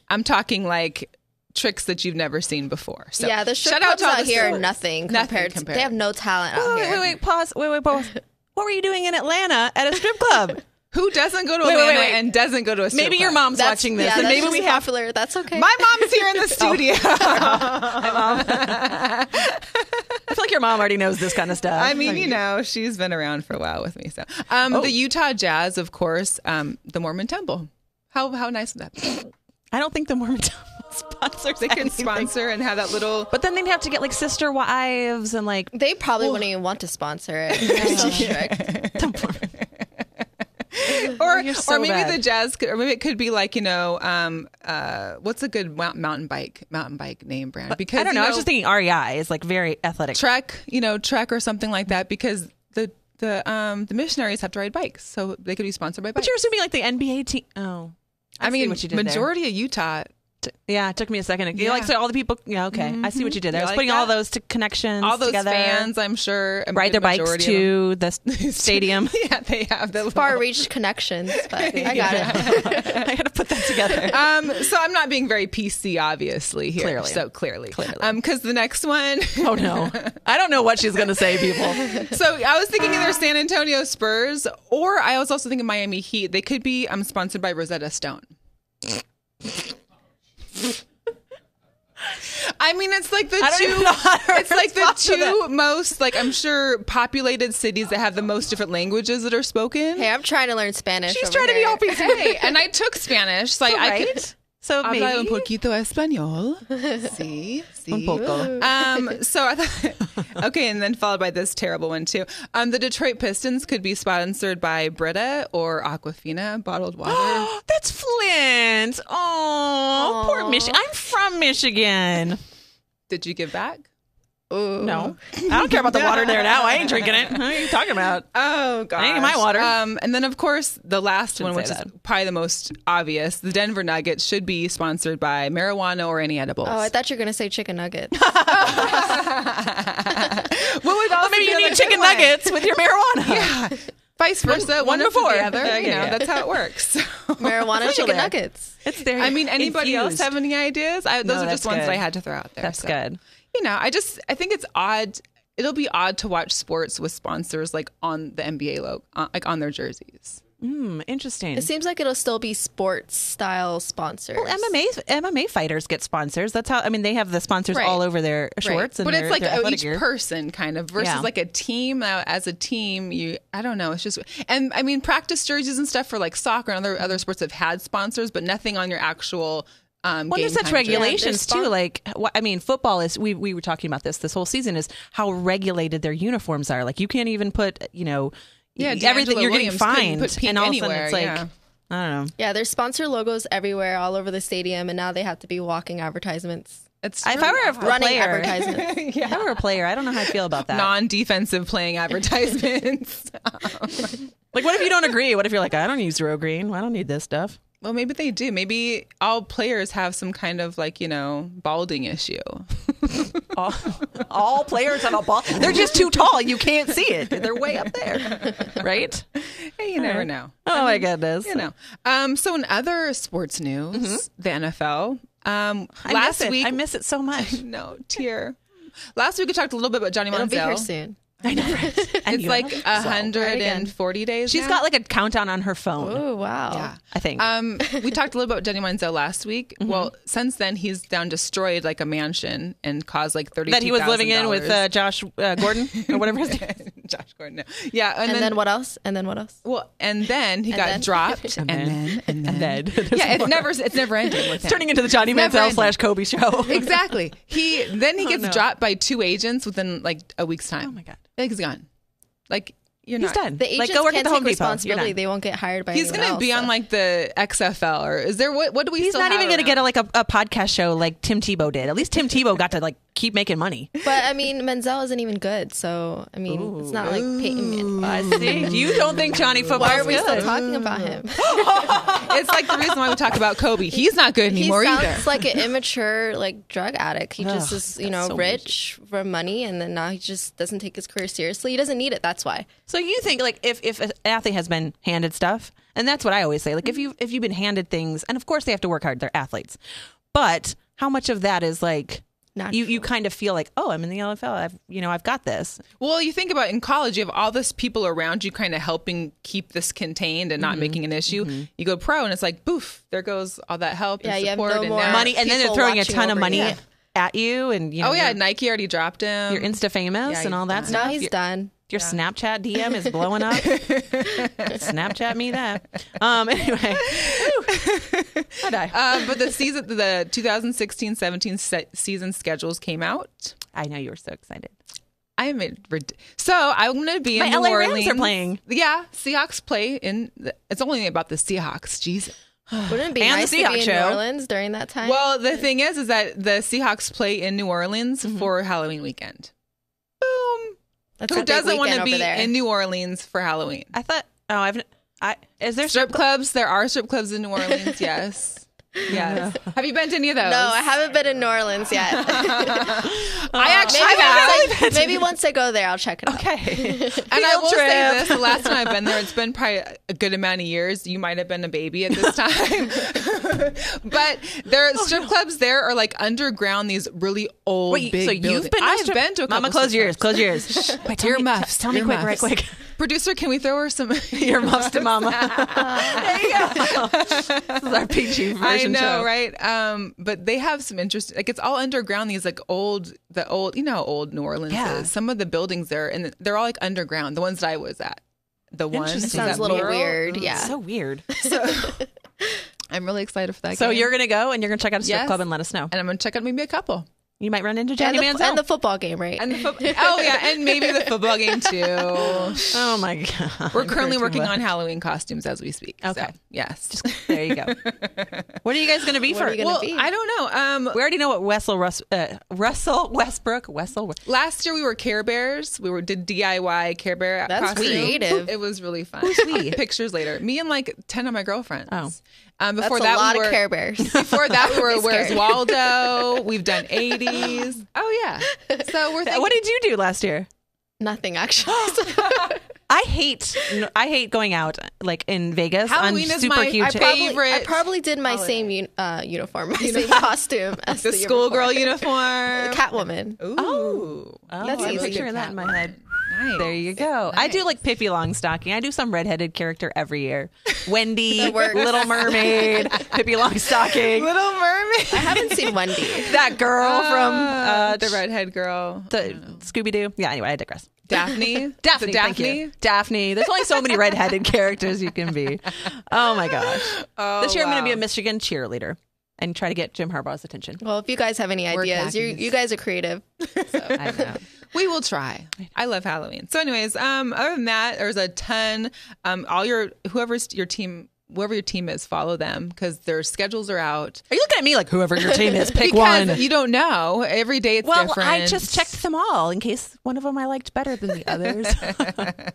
Speaker 1: I'm talking like tricks that you've never seen before. So
Speaker 3: yeah, the strip
Speaker 1: shout out
Speaker 3: clubs
Speaker 1: to all
Speaker 3: out
Speaker 1: the
Speaker 3: here are
Speaker 1: strippers.
Speaker 3: nothing,
Speaker 1: Nothing
Speaker 3: compared to.
Speaker 1: compared. Oh,
Speaker 3: They have no talent out
Speaker 2: Wait,
Speaker 3: here.
Speaker 2: wait, wait, pause. Wait, wait, pause. What were you doing in Atlanta at a strip club?
Speaker 1: Who doesn't go to
Speaker 2: Wait, wait,
Speaker 1: Atlanta
Speaker 2: wait, wait.
Speaker 1: and doesn't go to a strip
Speaker 2: Maybe your
Speaker 1: club?
Speaker 2: mom's watching this,
Speaker 3: yeah,
Speaker 2: and
Speaker 3: that's
Speaker 2: maybe
Speaker 3: just
Speaker 2: we have.
Speaker 3: popular. That's okay.
Speaker 1: My mom's here
Speaker 3: Oh.
Speaker 1: in the studio.
Speaker 2: I feel like your mom already knows this kind of stuff.
Speaker 1: I mean, you know, she's been around for a while with me. So, um,
Speaker 2: Oh.
Speaker 1: the Utah Jazz, of course, um, the Mormon Temple. How how nice would that be?
Speaker 2: I don't think the Mormon Temple sponsors.
Speaker 1: They can
Speaker 2: anything.
Speaker 1: sponsor and have that little.
Speaker 2: but then they'd have to get like sister wives and like
Speaker 3: They probably wouldn't even want to sponsor it. They're so strict.
Speaker 1: Or
Speaker 2: you're so
Speaker 1: or maybe
Speaker 2: bad.
Speaker 1: the Jazz, could, or maybe it could be like you know, um, uh, what's a good mount, mountain bike mountain bike name brand? Because
Speaker 2: I don't know,
Speaker 1: you
Speaker 2: I was just thinking REI is like very athletic.
Speaker 1: Trek, you know, Trek or something like that. Because the the um the missionaries have to ride bikes, so they could be sponsored by
Speaker 2: but
Speaker 1: bikes.
Speaker 2: you're assuming like the NBA team. Oh,
Speaker 1: I,
Speaker 2: see
Speaker 1: mean,
Speaker 2: what you did there.
Speaker 1: majority of Utah
Speaker 2: T- yeah, it took me a second.
Speaker 1: Yeah. Mm-hmm.
Speaker 2: Like so, all the people. Yeah, okay, I see what you did there.
Speaker 1: You
Speaker 2: I was
Speaker 1: like
Speaker 2: putting all
Speaker 1: that?
Speaker 2: those to connections.
Speaker 1: all those
Speaker 2: together.
Speaker 1: fans, I'm sure, a
Speaker 2: ride their
Speaker 1: good
Speaker 2: bikes
Speaker 1: majority of them-
Speaker 2: to the s- stadium.
Speaker 1: Yeah, they have the
Speaker 3: Far reached connections, but I got it.
Speaker 2: I got to put that together.
Speaker 1: Um, so I'm not being very PC, obviously here.
Speaker 2: Clearly.
Speaker 1: so clearly, clearly. Um, because the next one.
Speaker 2: Oh no, I don't know what she's gonna say, people.
Speaker 1: so I was thinking either San Antonio Spurs or I was also thinking Miami Heat. They could be um sponsored by Rosetta Stone. I mean, it's like the
Speaker 2: I don't
Speaker 1: two.
Speaker 2: even know how to
Speaker 1: It's like the
Speaker 2: respond to
Speaker 1: two most, like I'm sure, populated cities that have the most different languages that are spoken.
Speaker 3: Hey, I'm trying to learn Spanish.
Speaker 1: She's
Speaker 3: over
Speaker 1: trying to be
Speaker 3: here.
Speaker 1: all PC, and I took Spanish. Like I could,
Speaker 2: Right? So
Speaker 1: Habla un
Speaker 2: maybe
Speaker 1: poquito español. sí, sí.
Speaker 2: Un poco.
Speaker 1: Um, so I thought, okay, and then followed by this terrible one too. Um, the Detroit Pistons could be sponsored by Brita or Aquafina bottled water.
Speaker 2: that's Flint. Oh, poor Michigan. I'm from Michigan.
Speaker 1: Did you give back?
Speaker 3: Ooh.
Speaker 2: No, I don't care about the water there now. I ain't drinking it. What are you talking about?
Speaker 1: Oh god,
Speaker 2: ain't my water.
Speaker 1: Um, and then of course the last
Speaker 2: Shouldn't
Speaker 1: one, which
Speaker 2: say
Speaker 1: is
Speaker 2: that.
Speaker 1: probably the most obvious, the Denver Nuggets should be sponsored by marijuana or any edibles.
Speaker 3: Oh, I thought you were gonna say chicken nuggets.
Speaker 1: what would also
Speaker 2: Oh, Maybe
Speaker 1: be
Speaker 2: you
Speaker 1: another
Speaker 2: need
Speaker 1: good
Speaker 2: chicken
Speaker 1: one?
Speaker 2: nuggets with your marijuana.
Speaker 1: Yeah. Vice versa,
Speaker 2: one
Speaker 1: one,
Speaker 2: to
Speaker 1: or four.
Speaker 2: four.
Speaker 1: The other,
Speaker 2: Yeah,
Speaker 1: you
Speaker 2: yeah,
Speaker 1: know,
Speaker 2: yeah.
Speaker 1: that's how it works.
Speaker 3: Marijuana
Speaker 2: Still
Speaker 3: chicken
Speaker 2: there.
Speaker 3: nuggets.
Speaker 2: It's there.
Speaker 1: I mean, anybody else
Speaker 2: Infused.
Speaker 1: have any ideas? I, those are
Speaker 2: that's
Speaker 1: just ones that I
Speaker 2: good.
Speaker 1: had to throw out there.
Speaker 2: That's
Speaker 1: so.
Speaker 2: good.
Speaker 1: You know, I just I think it's odd. It'll be odd to watch sports with sponsors like on the NBA logo, uh, like on their jerseys.
Speaker 2: Hmm, interesting.
Speaker 3: It seems like it'll still be sports style sponsors.
Speaker 2: Well, MMA MMA fighters get sponsors. That's how I mean they have the sponsors
Speaker 1: Right.
Speaker 2: all over their shorts and
Speaker 1: but
Speaker 2: their,
Speaker 1: it's like
Speaker 2: their
Speaker 1: oh,
Speaker 2: athletic
Speaker 1: each
Speaker 2: gear.
Speaker 1: person kind of versus
Speaker 2: Yeah.
Speaker 1: like a team. Now, as a team, you I don't know. It's just and I mean practice jerseys and stuff for like soccer and other other sports have had sponsors, but nothing on your actual. Um,
Speaker 2: Well, there's
Speaker 1: game
Speaker 2: such
Speaker 1: time jersey.
Speaker 2: regulations
Speaker 3: spon-
Speaker 2: too. Like, wh- I mean, football is. We we were talking about this this whole season is how regulated their uniforms are. Like, you can't even put, you know,
Speaker 1: Yeah,
Speaker 2: everything
Speaker 1: D'Angelo
Speaker 2: you're getting
Speaker 1: Williams couldn't
Speaker 2: fined,
Speaker 1: put Pete
Speaker 2: and all
Speaker 1: anywhere,
Speaker 2: of a sudden it's
Speaker 1: yeah.
Speaker 2: like, I don't know.
Speaker 3: Yeah, there's sponsor logos everywhere, all over the stadium, and now they have to be walking advertisements,
Speaker 1: It's
Speaker 2: If I were a
Speaker 3: running
Speaker 2: player,
Speaker 3: advertisements.
Speaker 2: if I were a player, I don't know how I feel about that.
Speaker 1: non-defensive playing advertisements.
Speaker 2: like, what if you don't agree? What if you're like, I don't use zero green. I don't need this stuff.
Speaker 1: well, maybe they do. Maybe all players have some kind of like you know balding issue.
Speaker 2: All, all players have a ball. They're just too tall. You can't see it. They're way up there, right?
Speaker 1: Hey, you never know.
Speaker 2: Oh my goodness.
Speaker 1: You know. Um, so in other sports news, the NFL. Um,
Speaker 2: Mm-hmm. I
Speaker 1: last
Speaker 2: miss it.
Speaker 1: week,
Speaker 2: I miss it so much.
Speaker 1: no tear. Last week we talked a little bit about Johnny
Speaker 3: It'll be
Speaker 1: Manziel.
Speaker 3: here soon.
Speaker 2: I know. Right? And
Speaker 1: It's
Speaker 2: you
Speaker 1: like
Speaker 2: know.
Speaker 1: hundred
Speaker 3: again.
Speaker 1: and forty days.
Speaker 2: She's
Speaker 1: now.
Speaker 2: got like a countdown on her phone.
Speaker 3: Oh wow!
Speaker 1: Yeah.
Speaker 2: I think.
Speaker 1: Um, we talked a little about Johnny Manziel last week.
Speaker 2: Mm-hmm.
Speaker 1: Well, since then he's down destroyed like a mansion and caused like thirty
Speaker 2: that he was living in with uh, Josh uh, Gordon or whatever his name.
Speaker 1: Josh Gordon. no. Yeah, and,
Speaker 3: And
Speaker 1: then,
Speaker 3: then, what else? And then what else?
Speaker 1: well, and then he got
Speaker 3: then-
Speaker 1: dropped, and, then, and then, yeah, it's never it's never ending with him.
Speaker 2: It's turning into the Johnny
Speaker 1: Never
Speaker 2: Manziel
Speaker 1: ending.
Speaker 2: slash Kobe show.
Speaker 1: exactly. He then he gets
Speaker 2: Oh, no.
Speaker 1: dropped by two agents within like a week's time.
Speaker 2: Oh my God.
Speaker 1: Like he's gone. Like you're
Speaker 2: He's
Speaker 1: not.
Speaker 2: done.
Speaker 3: The agents
Speaker 2: like go work at
Speaker 3: can't
Speaker 2: the Home
Speaker 3: take
Speaker 2: Depot. You're
Speaker 3: responsibility;
Speaker 2: done.
Speaker 3: they won't get hired by.
Speaker 1: He's
Speaker 3: going to
Speaker 1: be on like the XFL or is there what? What do we?
Speaker 2: He's
Speaker 1: still
Speaker 2: not
Speaker 1: have
Speaker 2: even going to
Speaker 1: around?
Speaker 2: get a, like a, a podcast show like Tim Tebow did. At least Tim Tebow got to like keep making money.
Speaker 3: But I mean, Menzel isn't even good, so I mean, it's not like Peyton. Man-
Speaker 2: you don't think Johnny football?
Speaker 3: Mm. Why are we still talking about him?
Speaker 1: It's like the reason why we talk about Kobe. He's not good
Speaker 3: he
Speaker 1: anymore
Speaker 3: sounds
Speaker 1: either.
Speaker 3: like an immature like drug addict. He just
Speaker 2: Ugh,
Speaker 3: is, you
Speaker 2: that's
Speaker 3: know,
Speaker 2: so
Speaker 3: rich for money, and then now he just doesn't take his career seriously. He doesn't need it. That's why.
Speaker 2: So you think like if if an athlete has been handed stuff, and that's what I always say. Like if you if you've been handed things, and of course they have to work hard. They're athletes, but how much of that is like you you kind of feel like oh I'm in the NFL. I've you know I've got this.
Speaker 1: Well, you think about it, in college, you have all this people around you, kind of helping keep this contained and not
Speaker 2: Mm-hmm.
Speaker 1: making an issue. You go pro, and it's like boof, there goes all that help
Speaker 3: Yeah,
Speaker 1: and
Speaker 3: you have
Speaker 1: support
Speaker 3: no
Speaker 1: and
Speaker 3: more
Speaker 1: now-
Speaker 2: money, and then they're
Speaker 3: people
Speaker 2: throwing a
Speaker 3: watching
Speaker 2: ton of
Speaker 3: over
Speaker 2: money
Speaker 3: you.
Speaker 2: at you, and you know,
Speaker 1: Oh yeah,
Speaker 2: you're,
Speaker 1: Nike already dropped him.
Speaker 2: you're Insta famous
Speaker 1: Yeah,
Speaker 2: and all that
Speaker 1: he's
Speaker 3: Now
Speaker 2: stuff.
Speaker 3: he's
Speaker 2: your,
Speaker 3: done.
Speaker 2: your Snapchat DM is blowing up. Snapchat me that. Um. Anyway, Whew. I die.
Speaker 1: Uh, but the season, the 2016-17 se- season schedules came out.
Speaker 2: I know you were so excited.
Speaker 1: I am a, rid- so I'm going to be
Speaker 2: My
Speaker 1: in New
Speaker 2: LA Rams are
Speaker 1: Orleans.
Speaker 2: playing.
Speaker 1: Yeah, Seahawks play in. The, it's only about the Seahawks. Jesus.
Speaker 3: Wouldn't it be
Speaker 2: And the
Speaker 3: nice to be
Speaker 2: Seahawks
Speaker 3: in
Speaker 2: show.
Speaker 3: New Orleans during that time?
Speaker 1: Well, the thing is, is that the Seahawks play in New Orleans
Speaker 3: Mm-hmm.
Speaker 1: for Halloween weekend. Boom.
Speaker 3: That's a
Speaker 1: Who
Speaker 3: big
Speaker 1: doesn't want
Speaker 3: weekend
Speaker 1: to
Speaker 3: over
Speaker 1: be
Speaker 3: there.
Speaker 1: in New Orleans for Halloween?
Speaker 2: I thought. Oh, I've. I is there
Speaker 1: Strip clubs. There are strip clubs in New Orleans. Yes. Yes. Have you been to any of those?
Speaker 3: No, I haven't been in New Orleans yet.
Speaker 1: I actually
Speaker 3: maybe,
Speaker 1: have.
Speaker 3: once I, maybe once I go there, I'll check it out.
Speaker 2: Okay.
Speaker 1: And I
Speaker 2: Field
Speaker 1: will say this:
Speaker 2: trip.
Speaker 1: the last time I've been there, it's been probably a good amount of years. You might have been a baby at this time, but there
Speaker 2: Oh,
Speaker 1: strip clubs there are like underground. These really old.
Speaker 2: Wait,
Speaker 1: big
Speaker 2: so you've
Speaker 1: buildings.
Speaker 2: been? to a
Speaker 1: I've
Speaker 2: strip-
Speaker 1: been to a couple.
Speaker 2: Mama, close
Speaker 1: strip
Speaker 2: your ears.
Speaker 1: clubs.
Speaker 2: Close your ears. Shh. Wait, tell me-
Speaker 1: Earmuffs.
Speaker 2: Tell me quick,
Speaker 1: earmuffs.
Speaker 2: right quick.
Speaker 1: Producer, can we throw her some
Speaker 2: Earmuffs to Mama. there you go. This is our PG version
Speaker 1: I know,
Speaker 2: show.
Speaker 1: right? Um, but they have some interesting. Like it's all underground. These like old, the old. You know how old New Orleans
Speaker 2: Yeah.
Speaker 1: is. Some of the buildings there, and they're all like underground. The ones that I was at. The one
Speaker 2: Interesting.
Speaker 1: is
Speaker 2: Sounds
Speaker 1: that
Speaker 3: a little
Speaker 1: mural?
Speaker 3: weird, yeah.
Speaker 2: So weird.
Speaker 1: I'm really excited for that.
Speaker 2: So
Speaker 1: game.
Speaker 2: you're gonna go and you're gonna check out a strip
Speaker 1: Yes.
Speaker 2: club and let us know.
Speaker 1: and I'm gonna check out maybe a couple.
Speaker 2: You might run into
Speaker 3: And
Speaker 2: Johnny
Speaker 3: the,
Speaker 2: Manziel.
Speaker 3: and the football game, right?
Speaker 1: And the fo- oh yeah, and maybe the football game too.
Speaker 2: oh my god!
Speaker 1: We're currently working on Halloween costumes as we speak. So,
Speaker 2: Okay.
Speaker 1: yes.
Speaker 2: There you go. What are you guys gonna be
Speaker 3: What are
Speaker 2: for?
Speaker 3: you gonna
Speaker 1: well,
Speaker 3: be?
Speaker 1: I don't know. Um,
Speaker 2: we already know what Wessel Rus- uh, Russell Westbrook Wessel.
Speaker 1: last year we were Care Bears. We were did DIY Care Bear.
Speaker 3: That's
Speaker 1: costume.
Speaker 3: creative.
Speaker 1: It was really fun. I'll have Pictures later. Me and like ten of my girlfriends.
Speaker 2: Oh.
Speaker 1: Um,
Speaker 3: That's
Speaker 1: before
Speaker 3: a
Speaker 1: that,
Speaker 3: lot
Speaker 1: we were,
Speaker 3: of Care Bears.
Speaker 1: Before that, we were
Speaker 3: Miss
Speaker 1: Where's
Speaker 3: Care.
Speaker 1: Waldo? We've done 80s. Oh, yeah. So we're thinking.
Speaker 2: What did you do last year?
Speaker 3: Nothing actually.
Speaker 2: I hate I hate going out like in Vegas
Speaker 1: Halloween
Speaker 2: on
Speaker 1: is
Speaker 2: super
Speaker 1: my-
Speaker 2: huge.
Speaker 1: I
Speaker 3: Probably- I
Speaker 1: Favorite
Speaker 3: probably did my same un- uh, uniform, my same costume as
Speaker 1: the
Speaker 3: the year
Speaker 1: schoolgirl
Speaker 3: before.
Speaker 1: uniform.
Speaker 3: Catwoman.
Speaker 1: Ooh.
Speaker 2: oh,
Speaker 3: That's
Speaker 2: I'm
Speaker 3: easy.
Speaker 2: picturing that in my head.
Speaker 1: Nice.
Speaker 2: There you go. I do like Pippi Longstocking. I do some redheaded character every year. Wendy,
Speaker 3: works.
Speaker 2: Little Mermaid, Pippi Longstocking,
Speaker 1: Little
Speaker 3: I
Speaker 1: Mermaid.
Speaker 3: haven't seen Wendy.
Speaker 2: that girl from uh,
Speaker 1: the redhead girl.
Speaker 2: Scooby Doo. Yeah. Anyway, I digress.
Speaker 1: Daphne. The
Speaker 2: Daphne, thank you.
Speaker 1: Daphne.
Speaker 2: Daphne. There's only so many redheaded characters you can be. Oh my gosh.
Speaker 1: Oh,
Speaker 2: this year I'm going
Speaker 1: wow.
Speaker 2: to be a Michigan cheerleader and try to get Jim Harbaugh's attention.
Speaker 3: Well, if you guys have any ideas, you
Speaker 1: khakis.
Speaker 3: you guys are creative.
Speaker 2: I know.
Speaker 1: We will try. I love Halloween. So, anyways, um, other than that, there's a ton. Um, all your whoever's your team, whoever your team is, follow them because their schedules are out.
Speaker 2: Are you looking at me like whoever your team is, pick
Speaker 1: Because
Speaker 2: one?
Speaker 1: you don't know. Every day it's
Speaker 2: Well,
Speaker 1: different.
Speaker 2: I just checked them all in case one of them I liked better than the others.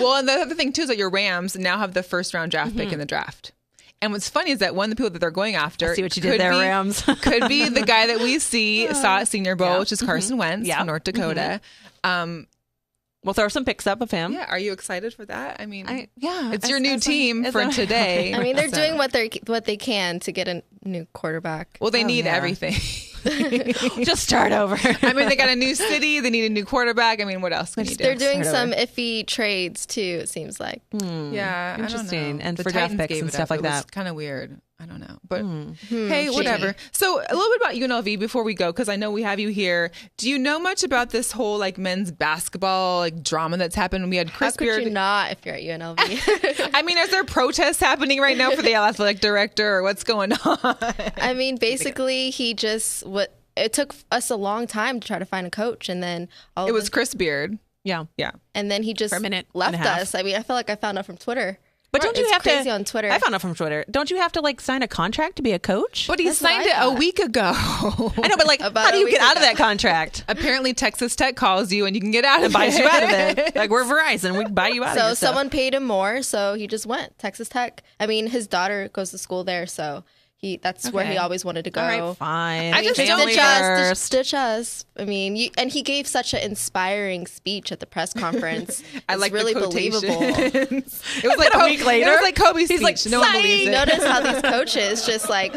Speaker 1: Well, and the other thing too is that your Rams now have the first round draft
Speaker 2: Mm-hmm.
Speaker 1: pick in the draft. And what's funny is that one of the people that they're going after
Speaker 2: I see what you did there, Rams.
Speaker 1: could be the guy that we see saw at Senior Bowl, which is Carson Wentz
Speaker 2: Yeah.
Speaker 1: from North Dakota. Um,
Speaker 2: we'll throw some pics up of him.
Speaker 1: yeah, are you excited for that? I mean,
Speaker 2: I- yeah,
Speaker 1: it's
Speaker 2: as-
Speaker 1: your new
Speaker 2: as long-
Speaker 1: team
Speaker 2: as
Speaker 1: for
Speaker 2: long-
Speaker 1: today.
Speaker 3: I mean, they're
Speaker 1: So-
Speaker 3: doing what they are what they can to get a new quarterback.
Speaker 1: well. They
Speaker 2: Oh,
Speaker 1: need
Speaker 2: yeah.
Speaker 1: everything.
Speaker 2: Just start over.
Speaker 1: I mean, they got a new city. They need a new quarterback. I mean, what else can you do?
Speaker 3: They're doing
Speaker 2: start
Speaker 3: some iffy trades too. It seems like
Speaker 1: Mm, yeah, I
Speaker 2: Interesting.
Speaker 1: don't know.
Speaker 2: And
Speaker 1: the
Speaker 2: for draft
Speaker 1: Titans
Speaker 2: picks
Speaker 1: gave
Speaker 2: and
Speaker 1: it
Speaker 2: stuff
Speaker 1: up.
Speaker 2: like
Speaker 1: It was
Speaker 2: that.
Speaker 1: Kind of weird. I don't know, but Mm. Hmm. hey, whatever.
Speaker 3: shady.
Speaker 1: So a little bit about UNLV before we go, because I know we have you here. Do you know much about this whole like men's basketball like drama that's happened? We had
Speaker 3: how
Speaker 1: Chris
Speaker 3: could
Speaker 1: Beard.
Speaker 3: you not if you're at UNLV?
Speaker 1: I mean, is there protests happening right now for the athletic director, or what's going on?
Speaker 3: I mean, basically, he just what it took us a long time to try to find a coach, and then all
Speaker 1: It
Speaker 3: of
Speaker 1: was
Speaker 3: us-
Speaker 1: Chris Beard.
Speaker 2: Yeah.
Speaker 1: Yeah.
Speaker 3: and then he just
Speaker 2: a minute
Speaker 3: left
Speaker 2: and a half.
Speaker 3: us. I mean, I feel like I found out from Twitter.
Speaker 2: But don't you
Speaker 3: It's
Speaker 2: have
Speaker 3: crazy
Speaker 2: to
Speaker 3: on Twitter?
Speaker 2: I found out from Twitter. Don't you have to like sign a contract to be a coach?
Speaker 1: But he
Speaker 3: what
Speaker 1: signed
Speaker 3: I
Speaker 1: it a
Speaker 3: thought.
Speaker 1: week ago.
Speaker 2: I know, but like,
Speaker 3: About
Speaker 2: how do
Speaker 3: a
Speaker 2: you
Speaker 3: week
Speaker 2: get out of
Speaker 3: ago.
Speaker 2: that contract?
Speaker 1: Apparently, Texas Tech calls you and you can get out of
Speaker 2: buys
Speaker 1: it.
Speaker 2: you out of it. Like we're Verizon, we buy you out of
Speaker 3: So
Speaker 2: your stuff.
Speaker 3: someone paid him more, so he just went Texas Tech. I mean, his daughter goes to school there, so he that's where he
Speaker 2: Okay.
Speaker 3: always wanted to go.
Speaker 2: All right, Oh, fine.
Speaker 1: I just
Speaker 3: Just
Speaker 1: Family
Speaker 3: ditch us, ditch, ditch us. I mean, you, and he gave such an inspiring speech at the press conference.
Speaker 1: I
Speaker 3: It's
Speaker 1: like
Speaker 3: really
Speaker 1: the quotations.
Speaker 3: believable.
Speaker 1: it was like
Speaker 2: a
Speaker 1: Kobe-
Speaker 2: week later,
Speaker 1: It was like Kobe's
Speaker 2: he's
Speaker 1: speech.
Speaker 2: like,
Speaker 1: no one
Speaker 2: "Sign!"
Speaker 1: believes it.
Speaker 3: Notice how these coaches just like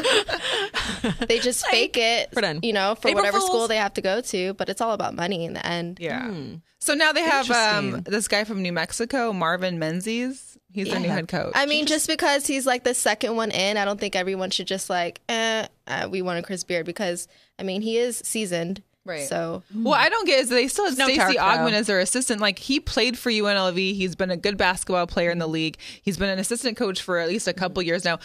Speaker 3: they just fake it,
Speaker 2: We're done.
Speaker 3: you know, for
Speaker 2: April
Speaker 3: whatever school
Speaker 2: Fools.
Speaker 3: they have to go to. But it's all about money in the end.
Speaker 1: Yeah.
Speaker 3: Hmm.
Speaker 1: So now they have um,
Speaker 2: Interesting.
Speaker 1: this guy from New Mexico, Marvin Menzies. He's their new head coach.
Speaker 3: I mean, just because he's like the second one in, I don't think everyone should just like, eh, uh, we wanted Chris Beard because I mean he is seasoned,
Speaker 1: Right.
Speaker 3: So
Speaker 1: well, I don't get is they still have
Speaker 2: No
Speaker 1: Stacey
Speaker 2: Tarko.
Speaker 1: Ogman as their assistant. Like he played for UNLV. He's been a good basketball player in the league. He's been an assistant coach for at least a couple years now.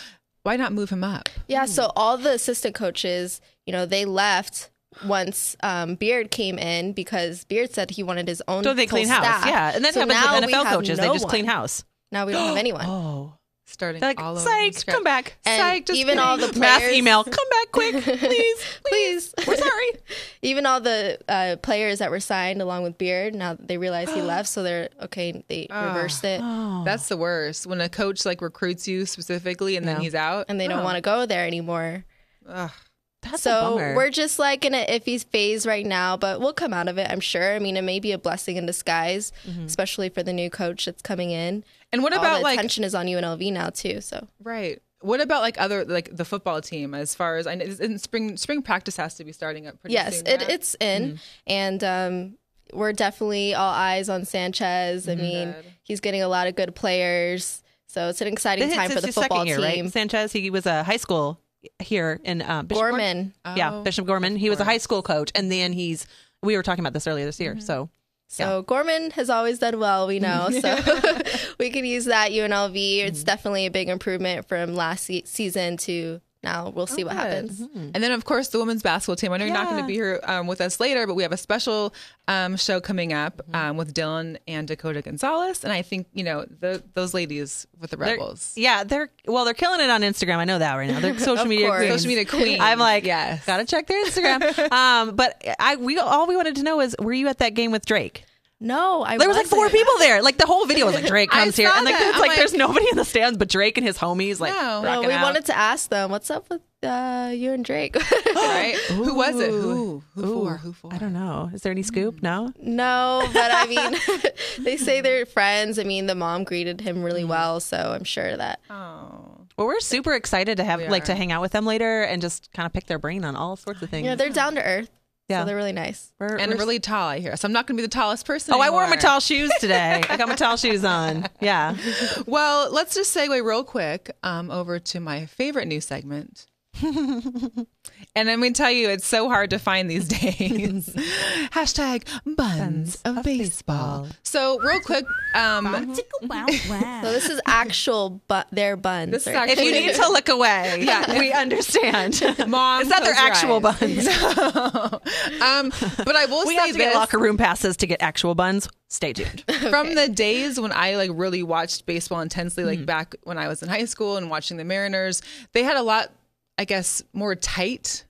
Speaker 1: Why not move him up?
Speaker 3: yeah, so all the assistant coaches, you know, they left once um, Beard came in because Beard said he wanted his own.
Speaker 2: don't they
Speaker 3: full
Speaker 2: clean house?
Speaker 3: staff.
Speaker 2: Yeah, and that
Speaker 3: So now
Speaker 2: happens
Speaker 3: we
Speaker 2: with NFL
Speaker 3: have
Speaker 2: coaches.
Speaker 3: no
Speaker 2: they just clean
Speaker 3: one.
Speaker 2: house.
Speaker 3: Now we don't have anyone.
Speaker 2: Oh,
Speaker 1: Starting
Speaker 2: they're like,
Speaker 1: all over. from
Speaker 2: psych,
Speaker 1: scratch.
Speaker 2: come back,
Speaker 3: And
Speaker 2: psych. Just
Speaker 3: even
Speaker 2: kidding.
Speaker 3: all the
Speaker 2: mass
Speaker 3: players-
Speaker 2: email, come back quick, please, please. We're sorry.
Speaker 3: Even all the uh, players that were signed along with Beard, now they realize he left, so they're okay. They
Speaker 2: Ah.
Speaker 3: reversed it,
Speaker 1: That's the worst when a coach like recruits you specifically and then
Speaker 2: Yeah.
Speaker 1: he's out.
Speaker 3: and they
Speaker 2: Oh.
Speaker 3: don't want to go there anymore.
Speaker 2: That's a
Speaker 3: So
Speaker 2: bummer.
Speaker 3: we're just like in an iffy phase right now, but we'll come out of it, I'm sure. I mean, it may be a blessing in disguise,
Speaker 2: Mm-hmm.
Speaker 3: especially for the new coach that's coming in.
Speaker 1: and what
Speaker 3: All
Speaker 1: about
Speaker 3: the
Speaker 1: like
Speaker 3: attention is on UNLV now too. So
Speaker 1: Right. What about like other like the football team? As far as I know, in spring spring practice has to be starting up pretty
Speaker 3: yes,
Speaker 1: soon.
Speaker 3: it,
Speaker 1: yeah?
Speaker 3: it's in,
Speaker 2: Mm-hmm.
Speaker 3: and um, we're definitely all eyes on Sanchez. I
Speaker 2: Mm-hmm.
Speaker 3: mean, he's getting a lot of good players, so it's an exciting
Speaker 2: This is
Speaker 3: time for
Speaker 2: his
Speaker 3: the football
Speaker 2: second year,
Speaker 3: team.
Speaker 2: right? Sanchez, he was a high school here in uh, Bishop Gorman.
Speaker 3: Gorman.
Speaker 2: yeah, Bishop Gorman. He was a high school coach, and then he's. We were talking about this earlier this year, so
Speaker 3: So Gorman has always done well, we know. So we can use that UNLV. It's definitely a big improvement from last se- season to now. We'll see what happens.
Speaker 1: Mm-hmm. And then, of course, the women's basketball team. I know you're not going to be here um, with us later, but we have a special um, show coming up um, with Dylan and Dakota Gonzalez. And I think, you know, the, those ladies with the Rebels.
Speaker 2: Yeah, they're well, they're killing it on Instagram. I know that right now. They're social
Speaker 3: Of
Speaker 2: media
Speaker 3: course.
Speaker 2: queens.
Speaker 1: Social media queens.
Speaker 2: I'm like,
Speaker 1: Yes.
Speaker 2: gotta check their Instagram. um, but I we all we wanted to know is, were you at that game with Drake?
Speaker 3: No, I
Speaker 2: There was like four
Speaker 3: wasn't.
Speaker 2: people there. Like the whole video was like Drake
Speaker 1: I
Speaker 2: comes here,
Speaker 1: saw
Speaker 2: and like
Speaker 1: that.
Speaker 2: it's
Speaker 1: I'm
Speaker 2: like,
Speaker 1: like-
Speaker 2: there's nobody in the stands but Drake and his homies. Like
Speaker 1: No.
Speaker 3: No,
Speaker 2: rocking
Speaker 3: we
Speaker 2: out.
Speaker 3: wanted to ask them what's up with uh, you and Drake.
Speaker 1: right? Who was it? Who? Who for? Who for?
Speaker 2: I don't know. Is there any scoop? No.
Speaker 3: no, but I mean, they say they're friends. I mean, the mom greeted him really
Speaker 2: Mm-hmm.
Speaker 3: well, so I'm sure that
Speaker 1: Oh.
Speaker 2: Well, we're super excited to have
Speaker 1: We
Speaker 2: like to
Speaker 1: are.
Speaker 2: hang out with them later and just kind of pick their brain on all sorts of things.
Speaker 3: you know they're down to earth.
Speaker 2: Yeah.
Speaker 3: so they're really nice.
Speaker 2: We're-
Speaker 1: And
Speaker 2: we're-
Speaker 1: really tall, I hear. So I'm not going to be the tallest person.
Speaker 2: Oh, I wore my
Speaker 1: anymore.
Speaker 2: tall shoes today. I got my tall shoes on. Yeah.
Speaker 1: Well, let's just segue real quick um, over to my favorite new segment. and I'm going to tell you, it's so hard to find these days. Hashtag buns, of, baseball. So, real quick, um,
Speaker 3: So this is actual, but their buns.
Speaker 1: This is
Speaker 3: right?
Speaker 2: If you need to look away,
Speaker 1: Yeah.
Speaker 2: we understand.
Speaker 1: Mom,
Speaker 2: it's not their
Speaker 1: close your
Speaker 2: actual
Speaker 1: eyes.
Speaker 2: buns.
Speaker 1: um, but I will
Speaker 2: We
Speaker 1: say
Speaker 2: have to
Speaker 1: this.
Speaker 2: get locker room passes to get actual buns. Stay tuned.
Speaker 1: from the days when I like really watched baseball intensely,
Speaker 2: Mm-hmm.
Speaker 1: like back when I was in high school and watching the Mariners, they had a lot, I guess, more tight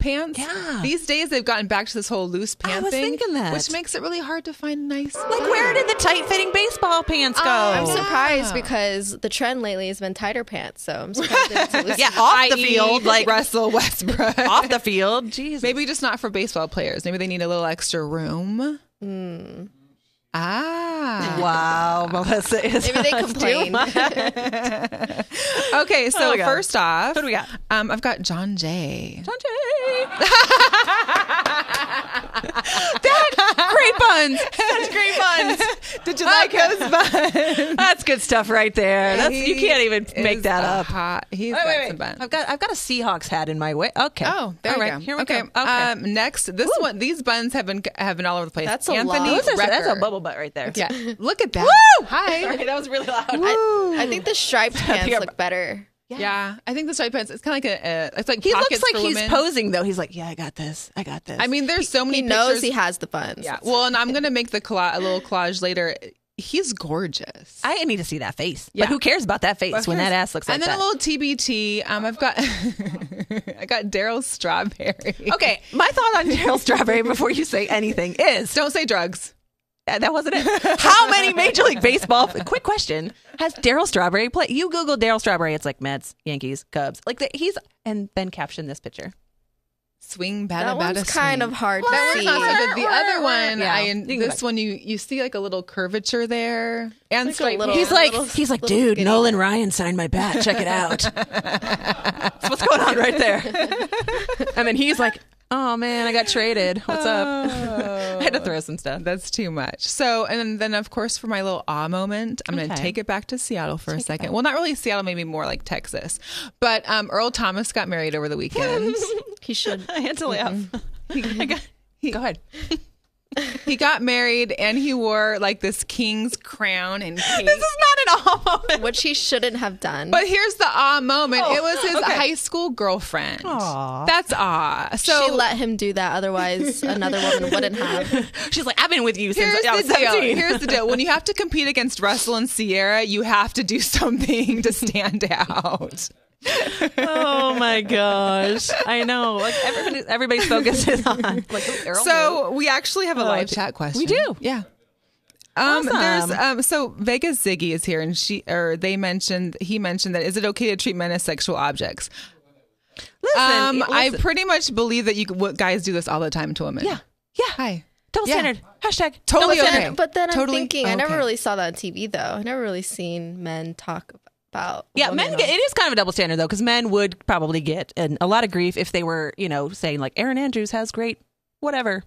Speaker 1: pants.
Speaker 2: Yeah.
Speaker 1: These days they've gotten back to this whole loose pant
Speaker 2: was
Speaker 1: thing,
Speaker 2: thinking that.
Speaker 1: which makes it really hard to find nice.
Speaker 2: like, where did the tight fitting baseball pants go?
Speaker 3: I'm surprised because the trend lately has been tighter pants. So I'm surprised. it's loose.
Speaker 2: yeah, off the
Speaker 1: i.e.
Speaker 2: field, like
Speaker 1: Russell Westbrook.
Speaker 2: off the field. Jesus.
Speaker 1: Maybe just not for baseball players. Maybe they need a little extra room.
Speaker 2: Hmm.
Speaker 1: Ah.
Speaker 2: Wow, Melissa is.
Speaker 3: Maybe they
Speaker 2: on too
Speaker 3: complain.
Speaker 2: much.
Speaker 1: Okay, so
Speaker 2: my God.
Speaker 1: first off,
Speaker 2: What do we got?
Speaker 1: Um, I've got John Jay.
Speaker 2: great buns. Such great buns.
Speaker 1: Did you like those
Speaker 2: That's good stuff right there. That's you
Speaker 1: He
Speaker 2: can't even make
Speaker 1: is
Speaker 2: that
Speaker 1: a
Speaker 2: up.
Speaker 1: Hot, he's
Speaker 2: Wait,
Speaker 1: got
Speaker 2: wait,
Speaker 1: some
Speaker 2: wait.
Speaker 1: buns.
Speaker 2: I've got I've got a Seahawks hat in my way. Okay.
Speaker 1: Oh, there
Speaker 2: All
Speaker 1: we
Speaker 2: right,
Speaker 1: go.
Speaker 2: Here we
Speaker 1: okay.
Speaker 2: go.
Speaker 1: Um, next, this one, these buns have been have been all over the place.
Speaker 3: That's a
Speaker 1: Anthony
Speaker 3: lot.
Speaker 2: Those are- that's a
Speaker 1: Recker.
Speaker 2: bubble butt right there.
Speaker 1: Yeah, look at that.
Speaker 2: Woo!
Speaker 1: Hi.
Speaker 2: Sorry, that was really loud.
Speaker 3: I, I think the striped pants
Speaker 2: our-
Speaker 3: look better.
Speaker 1: Yeah. I think the striped pants. It's kind of like a. Uh, it's like
Speaker 2: he looks
Speaker 1: pockets
Speaker 2: like
Speaker 1: for
Speaker 2: he's
Speaker 1: women.
Speaker 2: posing though. He's like, yeah, I got this. I got this.
Speaker 1: I mean, there's so many
Speaker 3: He knows
Speaker 1: pictures.
Speaker 3: he has the buns.
Speaker 1: yeah. Well, and I'm gonna make the colla- a little collage later. He's gorgeous.
Speaker 2: I need to see that face.
Speaker 1: Yeah.
Speaker 2: But who cares about that face when that ass looks like
Speaker 1: and then
Speaker 2: that?
Speaker 1: a little TBT. Um, I've got I got Daryl Strawberry.
Speaker 2: okay, my thought on Daryl Strawberry before you say anything is
Speaker 1: don't say drugs.
Speaker 2: Uh, that wasn't it. How many Major League Baseball? Quick question: Has Daryl Strawberry played? You Google Daryl Strawberry. It's like Mets, Yankees, Cubs. Like the, he's and then caption this picture.
Speaker 1: Swing bada
Speaker 3: that
Speaker 1: bada
Speaker 3: one's kind
Speaker 1: swing.
Speaker 3: of hard
Speaker 1: That
Speaker 3: to
Speaker 1: one's
Speaker 3: see.
Speaker 1: not so good. The other one,
Speaker 2: Yeah.
Speaker 1: I,
Speaker 2: You can go
Speaker 1: this
Speaker 2: back.
Speaker 1: one, you you see like a little curvature there, and
Speaker 3: Like a
Speaker 1: straight
Speaker 3: little-
Speaker 1: pants.
Speaker 2: He's like,
Speaker 3: little-
Speaker 2: he's like,
Speaker 3: little
Speaker 2: dude,
Speaker 3: skinny."
Speaker 2: Nolan Ryan signed my bat. Check it out. That's what's going on right there. And then he's like, oh man, I got traded. What's up? I had to throw some stuff.
Speaker 1: That's too much. So, and then of course for my little awe moment, I'm going
Speaker 2: Okay.
Speaker 1: to take it back to Seattle for a second. Well, not really Seattle, maybe more like Texas. But um, Earl Thomas got married over the weekend.
Speaker 3: He should.
Speaker 2: I had to laugh. I got- Mm-hmm. Go ahead.
Speaker 1: he got married and he wore like this king's crown and cape.
Speaker 2: This is not an all moment.
Speaker 3: Which he shouldn't have done.
Speaker 1: But here's the awe moment.
Speaker 2: Oh,
Speaker 1: it was his
Speaker 2: okay.
Speaker 1: high school girlfriend.
Speaker 2: Aw.
Speaker 1: That's awe. So
Speaker 3: she let him do that, otherwise another woman wouldn't have.
Speaker 2: She's like, I've been with you since
Speaker 1: Here's
Speaker 2: I was
Speaker 1: the deal.
Speaker 2: 17.
Speaker 1: Here's the deal. When you have to compete against Russell and Sierra, you have to do something to stand out.
Speaker 2: oh my gosh. I know. Like everybody, everybody's focus is on like
Speaker 1: So we actually have a live
Speaker 2: Oh, d-
Speaker 1: chat question.
Speaker 2: we do.
Speaker 1: Yeah. Um,
Speaker 2: Awesome.
Speaker 1: there's um, so Vegas Ziggy is here, and she or they mentioned he mentioned that is it okay to treat men as sexual objects?
Speaker 2: listen,
Speaker 1: Um, I
Speaker 2: listen.
Speaker 1: pretty much believe that you what guys do this all the time to women.
Speaker 2: yeah. Yeah.
Speaker 1: Hi.
Speaker 2: Double
Speaker 1: Yeah.
Speaker 2: standard. Hashtag
Speaker 1: Totally
Speaker 2: double
Speaker 1: okay.
Speaker 2: standard.
Speaker 3: But then I'm
Speaker 1: Totally.
Speaker 3: thinking, I
Speaker 1: Oh,
Speaker 3: never
Speaker 1: okay.
Speaker 3: really saw that on TV though. I never really seen men talk about.
Speaker 2: Yeah,
Speaker 3: women
Speaker 2: men
Speaker 3: on-
Speaker 2: get it is kind of a double standard though, because men would probably get an, a lot of grief if they were, you know, saying like Aaron Andrews has great whatever.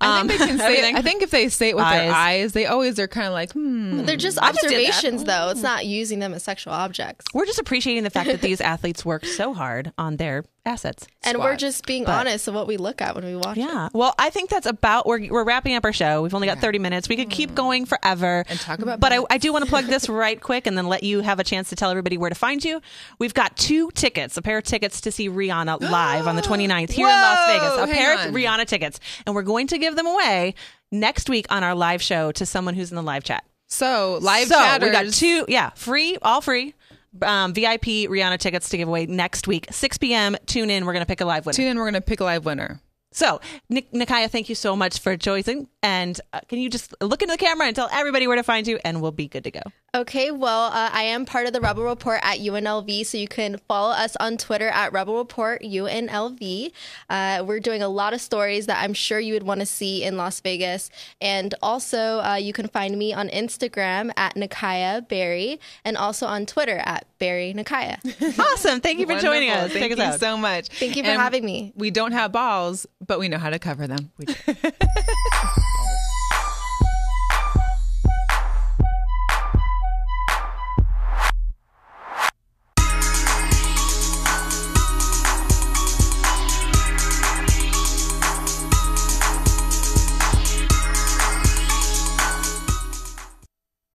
Speaker 2: Um,
Speaker 1: I think they can say. It,
Speaker 2: everything.
Speaker 1: I think if they say it with
Speaker 2: Eyes.
Speaker 1: their eyes, they always are kind of like, hmm.
Speaker 3: They're just
Speaker 2: I just did that.
Speaker 3: observations, though. It's not using them as sexual objects.
Speaker 2: we're just appreciating the fact that these athletes worked so hard on their assets.
Speaker 3: And
Speaker 1: Squad.
Speaker 3: we're just being
Speaker 2: But-
Speaker 3: honest of what we look at when we watch. it.
Speaker 2: Yeah. Well, I think that's about we're we're wrapping up our show. We've only got 30 minutes. We could keep going forever
Speaker 1: And talk about
Speaker 2: But I, I do want to plug this right quick and then let you have a chance to tell everybody where to find you. We've got two tickets, a pair of tickets to see Rihanna live on the 29th here in Las
Speaker 1: Whoa,
Speaker 2: Vegas. A
Speaker 1: hang
Speaker 2: pair
Speaker 1: on.
Speaker 2: of Rihanna tickets, and we're going to give them away next week on our live show to someone who's in the live chat.
Speaker 1: So live
Speaker 2: so
Speaker 1: chatters.
Speaker 2: we got two, yeah, free, all free. Um, VIP Rihanna tickets to give away next week, 6 p.m. Tune in. We're going to pick a live winner.
Speaker 1: Tune in. We're gonna pick a live winner.
Speaker 2: So, Nik- Nikaya, thank you so much for joining. And uh, can you just look into the camera and tell everybody where to find you, and we'll be good to go.
Speaker 3: Okay, well, uh, I am part of the Rebel Report at UNLV, so you can follow us on Twitter at Rebel Report UNLV. Uh, we're doing a lot of stories that I'm sure you would want to see in Las Vegas. And also, uh, you can find me on Instagram at Nakaya Barry and also on Twitter at Barry Nakaya.
Speaker 2: Awesome. Thank you for joining
Speaker 1: Wonderful.
Speaker 2: us.
Speaker 1: Thank
Speaker 2: Take us
Speaker 1: you
Speaker 2: out.
Speaker 1: so much.
Speaker 3: Thank you for
Speaker 1: And
Speaker 3: having me.
Speaker 1: We don't have balls, but we know how to cover them.